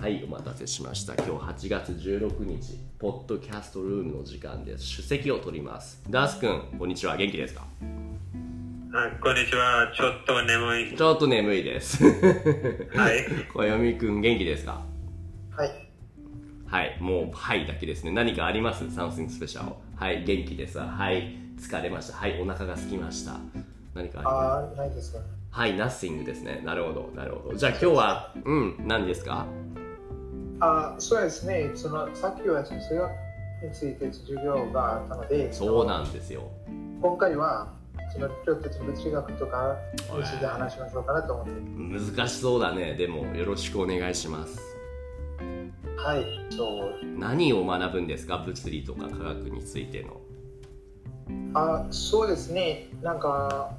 はいお待たせしました今日8月16日ポッドキャストルームの時間です主席を取りますダースくんこんにちは元気ですかあこんにちは。ちょっと眠い。ちょっと眠いですはい。 小読くん元気ですかはい。はいもうはいだけですね何かありますサンスンスペシャルはい元気ですはい疲れましたはいお腹が空きました何かありますああ、ないですか。はい、ナッシングですね。なるほど、なるほど。じゃあ今日は、うん、何ですかあーそうですね。その、さっきは先生について授業があったので、そうなんですよ。今回は、その、ちょっと物理学とかについて話しましょうかなと思って。難しそうだね。でも、よろしくお願いします。はい。そう。何を学ぶんですか物理とか科学についての。あーそうですね。なんか、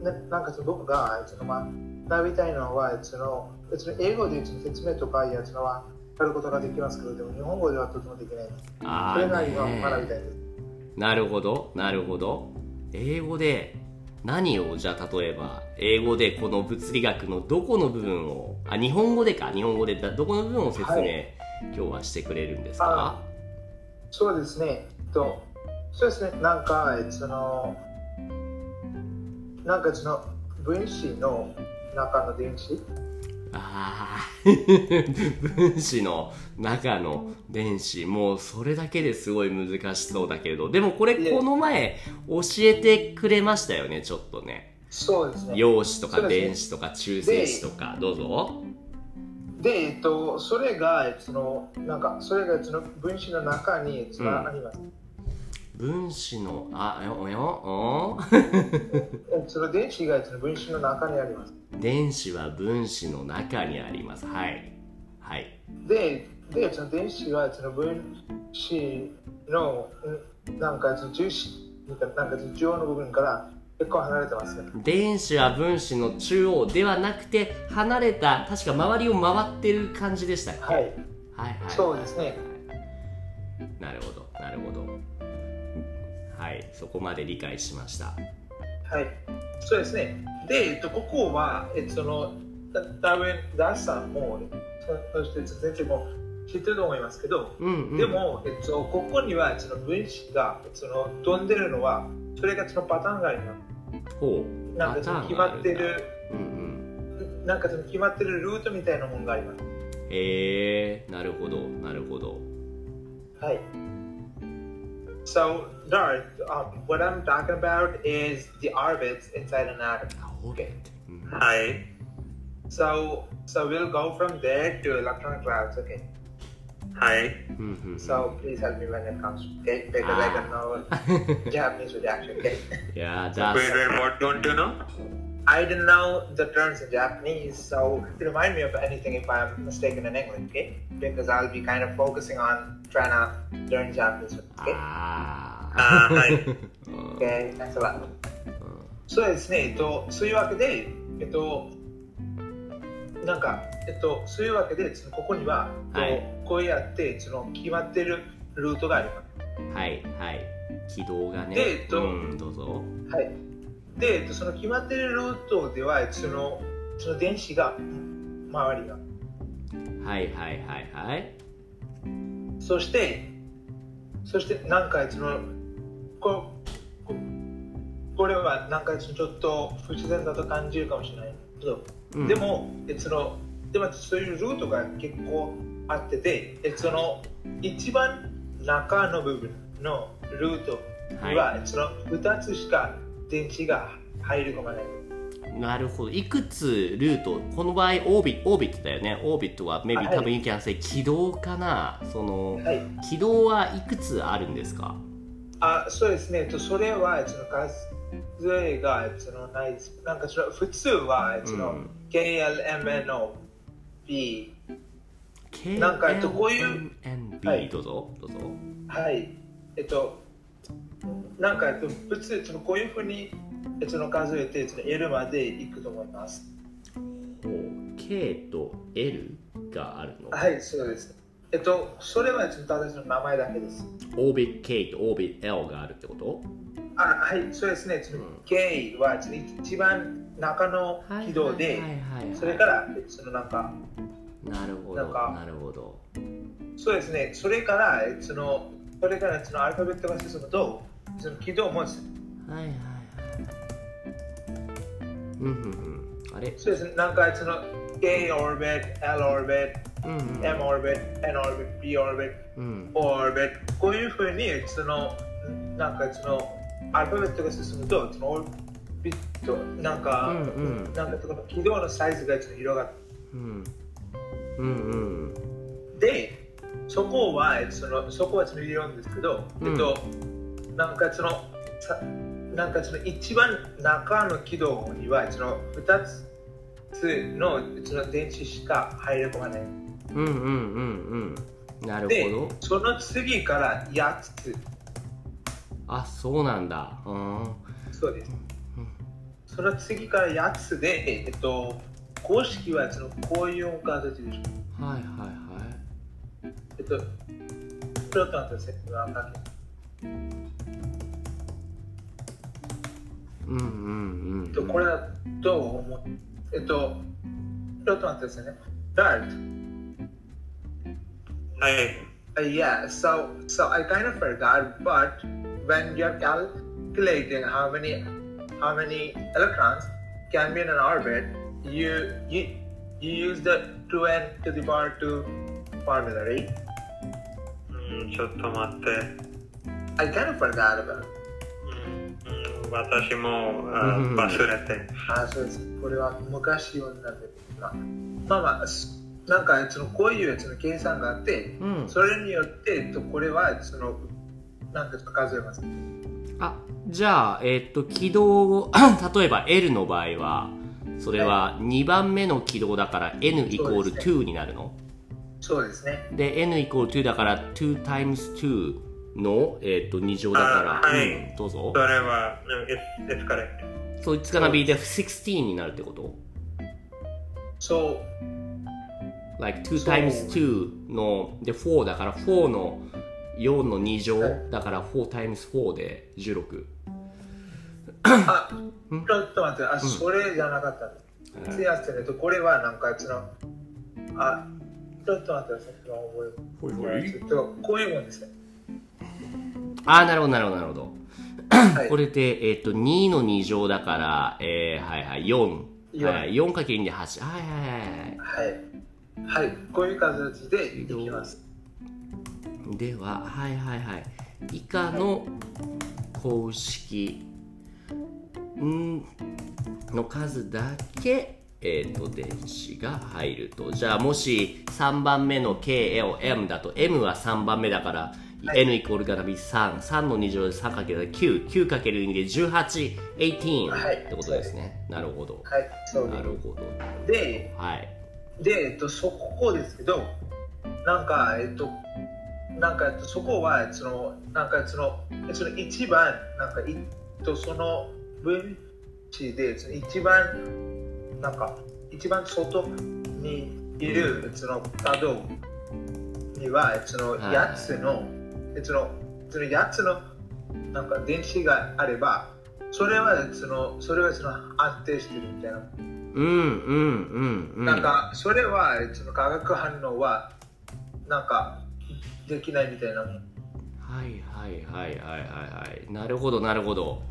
ななんかその僕が、その、まあ、学びたいのは、その、別に英語でその説明とかやつのは、やることができますけど、でも日本語ではとてもできない。あそれなりの学びたー、いです。なるほど、なるほど。英語で、何を、じゃあ例えば、英語でこの物理学のどこの部分を、あ、日本語でか、日本語でだどこの部分を説明、は今日はしてくれるんですかそうですね。えっと、そうですね。なんか、その、なんかその分子の中の電子、ああ 分子の中の電子もうそれだけですごい難しそうだけれどでもこれいえこの前教えてくれましたよねちょっとねそうですね。陽子とかそうですね電子とか中性子とかどうぞで、えっと、それが、その、なんか、それがその分子の中につながります。分子のあよよおその電子がその分子の中にあります。 電子は分子の中にありますはいはいで、で、その電子はその分子の、んなんかその重子、なんかなんかその中央の部分から結構離れてますね。電子は分子の中央ではなくて離れた確か周りを回ってる感じでしたっけはい。はいはいそうですね。なるほどなるほどはいそこまで理解しましたはい、そうですね。で、えっと、ここは、えっと、その、ダダーウェン・ダースさんも、そそして先生も知ってると思いますけど、うん、うん、でも、えっと、ここには、その分子が、その、飛んでるのは、それがそのパターンがあります。ほうなんかその決まってる、うんうんなんかその決まってるルートみたいなものがあります。へえなるほどなるほどはい。So, Dart, um, what I'm talking about is the orbits inside an atom. あほれうんはい。 So, so we'll go from there to electron clouds, okay? はい。うんうん So please help me when it comes, okay? Because I don't know Japanese reaction, okay? いやーダー Wait, ス wait, what don't you know? I don't know the terms in Japanese, so remind me of anything if I'm mistaken in English, okay? Because I'll be kind of focusing on trying to learn Japanese, okay? ああーはい。うんうん Okay, thanks a lot. そうですね、えっと、そういうわけで、えっと、なんか、えっと、そういうわけで、そのここには、はいこうやって、その決まってるルートがあります。はいはい軌道がねでえっとうん、どうぞはい、でえっとその決まってるルートではそのその電子が周りがはいはいはいはいそしてそして何回そのこここれは何回ちょっと不自然だと感じるかもしれないけど、うんでもえそのでもそういうルートが結構あっててえその一番中の部分のルートには、その2つしか電子が入り込まない。なるほどいくつルートこの場合オービオービットだよねオービットは maybe、はい多分 you can say 軌道かなそのはい軌道はいくつあるんですかあそうですね、えっとそれはその数えがそのないです。なんかその普通はそうのん KLMNOP、 K なんかえっとこういう NB、はいどうぞどうぞはい、えっと、なんかえっと普通そのこういうふうにえっとその数えてその L までいくと思います。ほう K と L があるの、はい、そうです。えっと、それはそのただその名前だけです。オービット K とオービット L があるってことあはい、そうですね、そのうん K はその一番中の軌道で、はいはいはいはいそれからそのなんかなるほなどんかなるほどそうですね、それから、そのそれからそのアルファベットが進むと、その軌道も、はいはいはいうんうんうんあれそうですね、なんかその A オービット、L オービッうんト、M オービット、N オービット、B オービッうんうんト、O オービット、こういうふうに、そのなんかそのアルファベットが進むと、そのオービット、なんか、うんうんなんかその軌道のサイズがちょっと広がって、うんうんうんで、そこは、そのそこはその理論ですけど、うんえっと、なんかその、さなんかその一番中の軌道には、その2つのその電子しか入り込まない。うんうんうんうんなるでほど、その次から8つ。あそうなんだうんそうです。その次から8つで、えっと、公式はそのこういう形でしょ。はいはいはいえっと、プロトンとセクは関係うんうんうん、うえん、っと、これだと思う。えっと、ちょっと待ってですね。Right. はい。 Uh, yeah, so, so I kind of forgot, but when you're calculating how many, how many electrons can be in an orbit, you, you, you use the 2n to the power 2 formula, right? うん、ちょっと待って。 I kind of forgot about it. うん、うん私もあうん忘れて。あそうですこれは昔読んだんだけどなまあまあすなんかそのこういうその計算があって、うんそれによって、えっと、これはそのなんか数えますあじゃあえっと軌道を 例えば L の場合はそれは2番目の軌道だから N イコールそうです2になるのそうですねで N イコール2だから 2times2 の、えっと2乗だから、あはいうんどうぞそれは、うん it's, it's correct. そいつから be the 16になるってことそう like 2 times 2ので4だから4の4の2乗はいだから 4times4 で16あちょっと待ってあ、それじゃなかったんですすいませんえっとこれはなんかそのあちょっと待ってさっきの覚ほいええっとこういうもんですねああなるほどなるほどなるほどはいこれで、えっと2の2乗だから、えー、はいはい4四はい 4×2 で8はいはいはいははい、はい、こういう形でできますいでははいはいはい以下の公式んの数だけえっと電子が入るとじゃあもし3番目の KLM だと M は3番目だから、N イコールがたび33の2乗で 3×99×2 で1818、はいってことですねなるほど、はいそうでなするほどではい。で、えっと、そこですけど、なんか、えっと、なんか、えっとそこは、その、なんか、その、その一番、なんか、いえっと、その分子で、その一番、なんか、一番外にいる、その、角には、その、はいやつの、その、そのやつの、なんか、電子があれば、それは、その、それは、その、安定してるみたいな。うんうんうんうん。なんかそれはその化学反応はなんかできないみたいなもんはいはいはいはいはいはい。なるほどなるほど。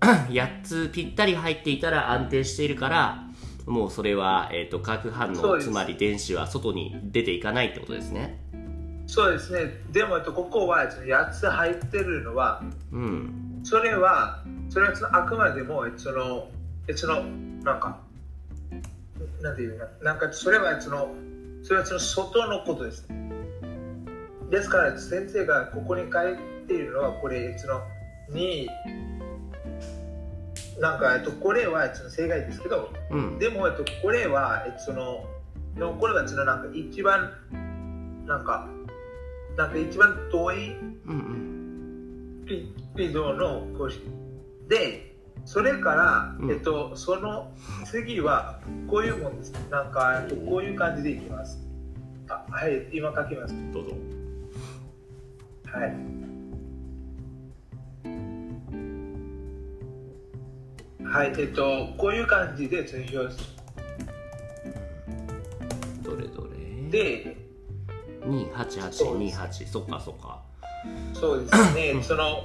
8つぴったり入っていたら安定しているから、もうそれは、えー、と化学反そう応ですつまり電子は外に出ていかないってことですねそうですねでもえっとここはその8つ入ってるのはうんそれはそれはそのあくまでもそのそのなんかなんていうかなんかそれはそのそれはその外のことですですから先生がここに書いているのはこれその2なんかえっとこれはその正解ですけどうんでも、えっと、これは、えっと、その、のこれはそのなんか一番、なんか、なんか一番遠いうんうんピピドの公式で、それから、うんえっと、その次は、こういうもんです。なんか、えっとこういう感じでいきます。あはい、今書きます。どうぞはい。はい、えっと、こういう感じで、その表示どれどれで、 2828そっかそっかそうですね、その、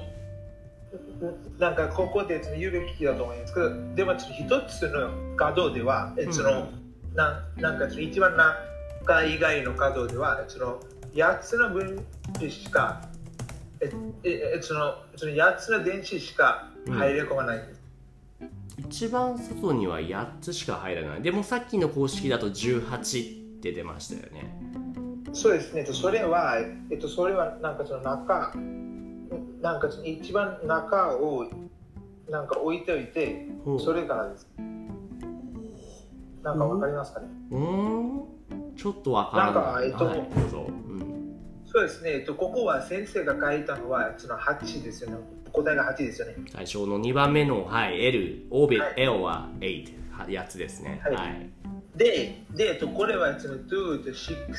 なんかここでその言うべきだと思うんですけど、でもちょっと一つの角では、えその、なんなんかその一番中以外の角では、その8つの分子しか、えええそのその8つの電子しか入れ込まないんです。一番外には8つしか入らないでもさっきの公式だと18って出ましたよねそうですね、えっとそれは、えっと、それはなんかその中、なんかその一番中をなんか置いておいて、ほうそれからです。なんかわかりますかね、うーんちょっとわからないなんかえっとはいどうぞうんそうですね、えっと、ここは先生が書いたのは、その8ですよね。答えが8ですよね。最初の2番目のはい L オーベはい L は8は8つですねは、はいいで、で、えっと、これはその2と6。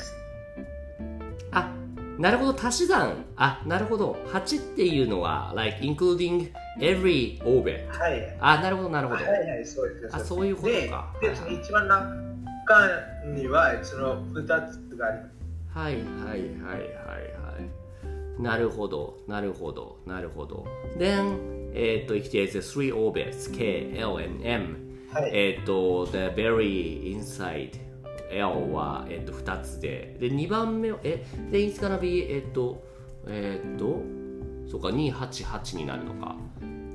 あなるほど足し算あなるほど8っていうのは like including every orbit はい。はいあなるほどなるほど、はい、そうです。あですそういうことかで、でその一番中には、その2つがあります。はいはいはいはいはいなるほどなるほどなるほど Then えっ、と it is three orbits K, L and M はい。えっ、と the very inside L は、えっと2つでで2番目をえで it's gonna be えっ、とえっ、とそうか288になるのか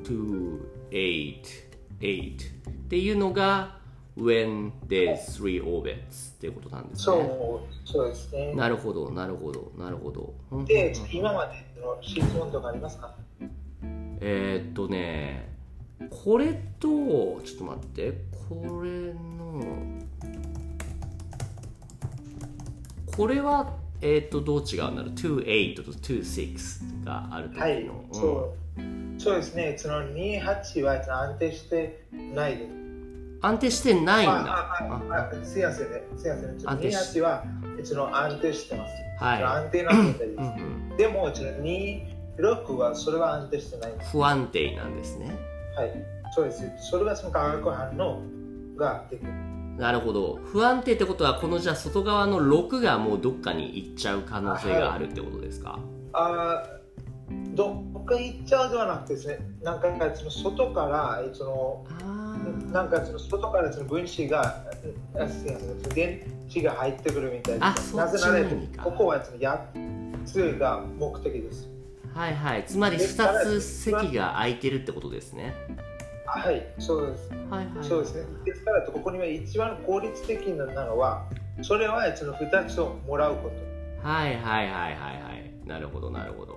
288っていうのが when there's three orbits っていうことなんですねそう、そうですね。なるほど、なるほど、なるほど。うんで、今までの質問とかありますかえーっとね、これと、ちょっと待って、これの、これは、えーっと、どう違うんだろう ?28 と26があるとはい、の。うんそうそうですね、その28は安定してないです。安定してないんあだ。あああすいませんね、すいません、ちょ安っと定し28はその安定してます。は安定な状態い。うんうでんす。でも、その26はそれは安定してないです。不安定なんですね。はい、そうです。それはその化学反応ができる。なるほど不安定ってことはこのじゃあ外側の6がもうどっかに行っちゃう可能性があるってことですか、あーどっか行っちゃうではなくてですね、なんかその外から、そのあーなんかその外からその分子が、あすいません、電子が入ってくるみたいあな。そなっちぜのなら意味かここはそのやつが目的です。はいはいつまりで2つ席が空いてるってことですねあはい、そうです。はいはいそうですね。ですからここには一番効率的なのは、それはその二つをもらうこと。はいはいはいはいはいなるほどなるほど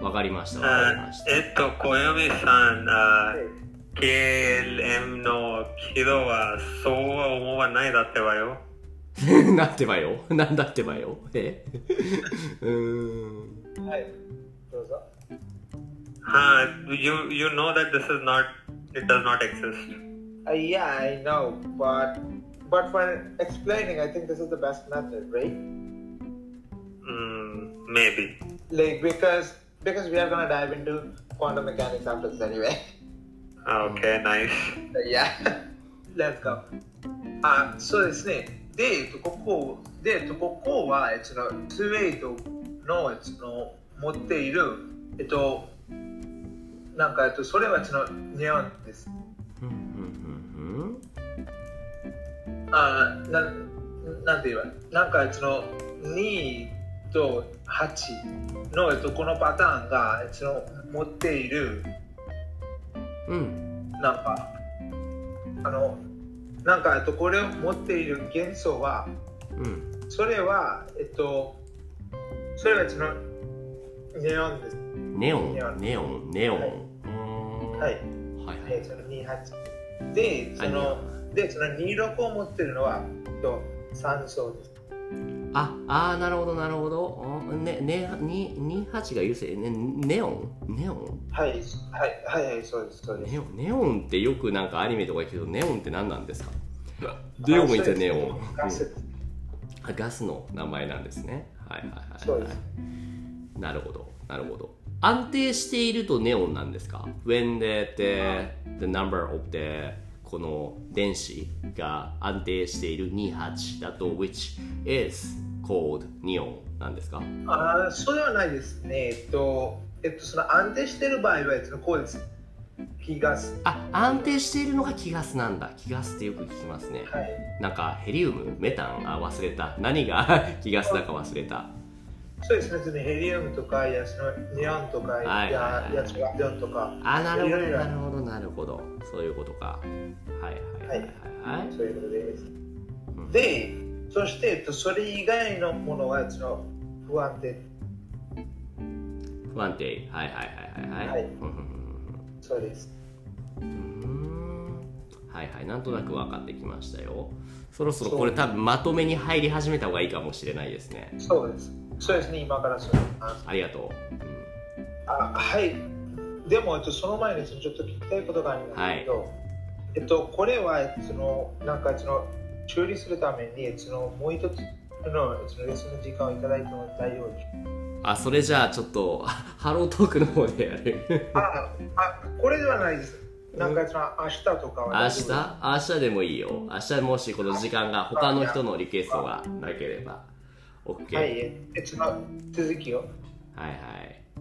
わかりましたわかりあましえっと、小嫁さん、あはい KLM の軌道はそうは思わないだってばよ。た なってばよなんだってばよえ うーんはい。どうぞ。 Huh, you you know that this is not it does not exist. Uh, yeah, I know, but but for explaining, I think this is the best method, right? Mm, maybe. Like because because we are gonna dive into quantum mechanics after this anyway. Okay, nice. いや、なんか、あ、そうですね。で、えっとここ、で、えっとここは、えっとその、ツーエイトの、えっとその、持っている、えっと、なんか、えっと、それは、その、ネオンです。ふんふんあ、なん、なんて言えば、なんか、えっとその、2と8の、えっと、このパターンが、えっとその、持っている、ふんふんうんなんか、あの、なんか、えっと、これを持っている元素は、うんそれは、えっと、それはうちのネオンです。ネオンネオンネオンはいうーんはい。はいはえいっと、28。で、そはの、で、その26を持ってるのは、えっと、酸素です。ああーなるほどなるほどあねねに28が優勢ねネオンネオンはい、はい、はい、はい、そうです、そうです。ネオンネオンってよくなんかアニメとか行くけどネオンって何なんですかネオンいてネオンうんガスです。あガスの名前なんですねはいはいそはうい、ではす。い、なるほどなるほど安定しているとネオンなんですか When the, the, the number of the この電子が安定している28だと which is called 日本なんですかあーそれはないですね。えっと、えっと、その安定している場合は、えっと、こうです。気がす。あ安定しているのが気ガスなんだ気ガスってよく聞きますねはい。なんかヘリウムメタンあ忘れた何 が気ガスだか忘れたそうですね。そのヘリウムとか、いやそのネオンとか、はいいはいやはいやつが、ネオンとか、あなるほどいろいろなるほどなるほどそういうことかはいはいはいはいはいそういうことです。うんで、そして、えっと、それ以外のものは、その不安定。不安定はいはいはいはいははいいうんうんそうです。うんうんはいはいなんとなく分かってきましたよそろそろこれ多分まとめに入り始めた方がいいかもしれないですねそうです。そうですね。今からそうあありがとう、うんあはい。でも、えっと、その前にそのちょっと聞きたいことがあるんですけど、えっと、これは、えっとその、なんか、その、修理するために、えっとその、もう一つの、えっとその、レッスンの時間をいただいても大丈夫でしょうあそれじゃあちょっとハロートークの方でやるかあ、あ、これではないです。なんか、その、明日とかは明大日丈夫明日でもいいよ明日もしこの時間が他の人のリクエストがなければ OK は、はいいえっと、その、続きを。はい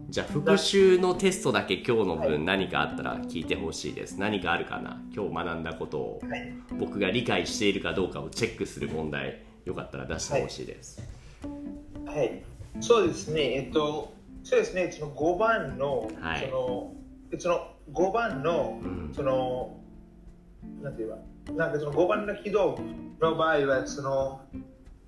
じゃあ復習のテストだけ今日の分何かあったら聞いてほしいです何かあるかな今日学んだことをはい。僕が理解しているかどうかをチェックする問題よかったら出してほしいです、はい、そうですね、えっと、そうですね、その5番の、はいその、その5番の、うんその、なんて言えば、なんかその5番の軌道の場合は、その、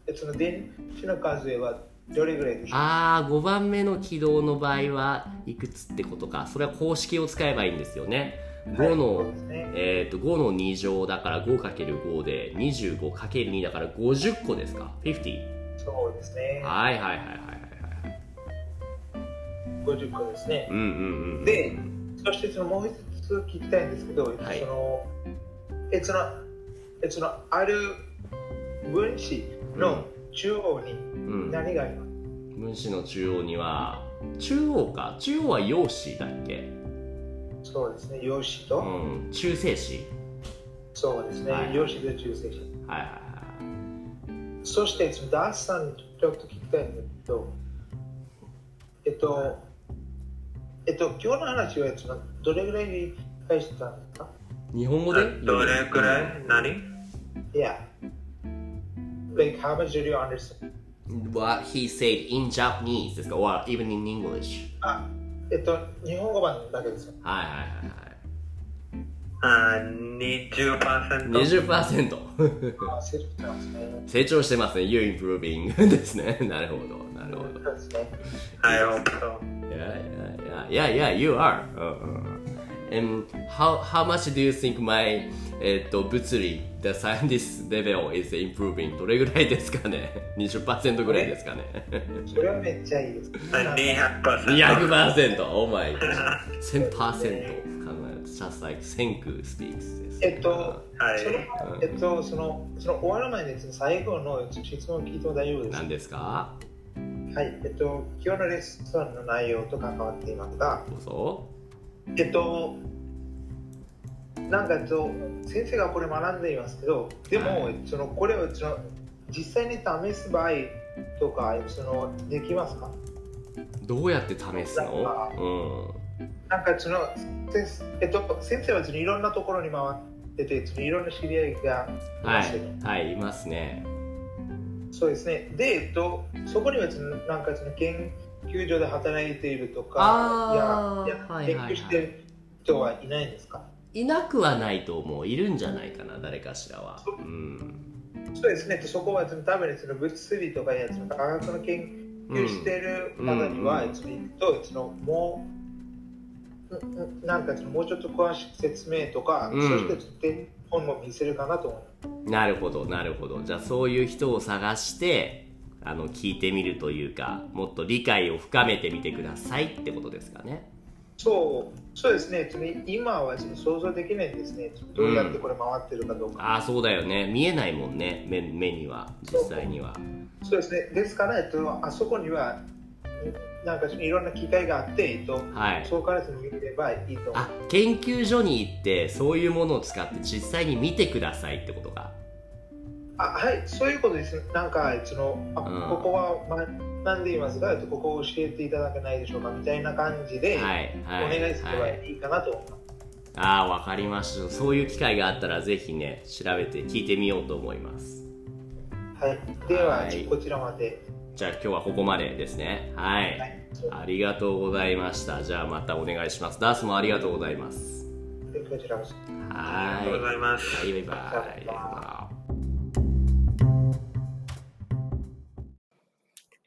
えその電子の数はどれぐらいでしょうああ5番目の軌道の場合はいくつってことかそれは公式を使えばいいんですよね5の、はいそうですねえー、と5の2乗だから 5×5 で 25×2 だから50個ですか50そうですね、はいはいはいはいはい50個ですね。うんうんうんで、そしてそのもう一つ聞きたいんですけど、はいその、えその、えその、ある分子の中央にうん、何がありますか、分子の中央には中央か中央は陽子だっけそうですね、陽子と、うん中性子そうですね、はい陽子と中性子。はいはいはいそして、そのダースさんにちょっと聞きたいんだけど、えっと、えっと、今日の話はそのどれぐらいに返してたんですか日本語でどれくらい何いや、like, how much did you understand? What he said in Japanese ですか Or even in English あ、えっと、日本語版だけですよ。はいはいはあー ?20%? いはい20%あ、セルフなんですね。 成長してますね You're improving ですねなるほどなるほどそうですね。 I hope so. Yeah yeah yeah yeah yeah you are うんうん And how, how much do you think my えっと物理 the scientist level is improving どれぐらいですかね 20%ぐらいですかねそれはめっちゃいいです。 200%? 200%! Oh my god 1000%考えると just like 1000 speaks ですえっと、はいそのえっと、その、その終わる前に、その最後の質問聞いても大丈夫ですか何ですかはい、えっと、今日のレッスンの内容と関わっていますが、どうぞえっと、なんか、えっと、先生がこれ学んでいますけど、でも、はそのこれをその実際に試す場合とか、そのできますかどうやって試すのなんか、その、先生えっと、先生はそのいろんなところに回ってて、そのいろんな知り合いがいうんはますよね。いはいいますねそうですね。で、えっと、そこにはそのなんかその研究所で働いているとあか、ーいやいやはいはいはい研究してる人はいないんですか、いなくはないと思ういるんじゃないかな誰かしらはうんそうですね。そこはその多分その物理とかやその科学の研究してる方には、うんその行くとそのもううんうんなんかそのもうちょっと詳しく説明とか、うんそして手本も見せるかなと思う。なるほどなるほどじゃあそういう人を探してあの聞いてみるというかもっと理解を深めてみてくださいってことですかねそう、そうですね。その今はその想像できないんですね。どうやってこれ回ってるかどうか。ああそうだよね見えないもんね目目には実際にはそうですね。ですから、えっと、あそこには、んなんかそのいろんな機会があって、えっと、はいそこからその見ればいいと思あう。研究所に行ってそういうものを使って実際に見てくださいってことかあはい、そういうことです。なんか、そのあうんここは、まあ、なんで言いますか、えっとここを教えていただけないでしょうかみたいな感じで、はいおはい願いすればはいいかなと思います。ああわかりましたそういう機会があったらぜひね調べて聞いてみようと思いますはい、では、はいこちらまで。じゃあ今日はここまでですねはい、はい、ありがとうございましたじゃあまたお願いしますダースもありがとうございますでこちらこそ。はありがとうございいます。はいバイババイバ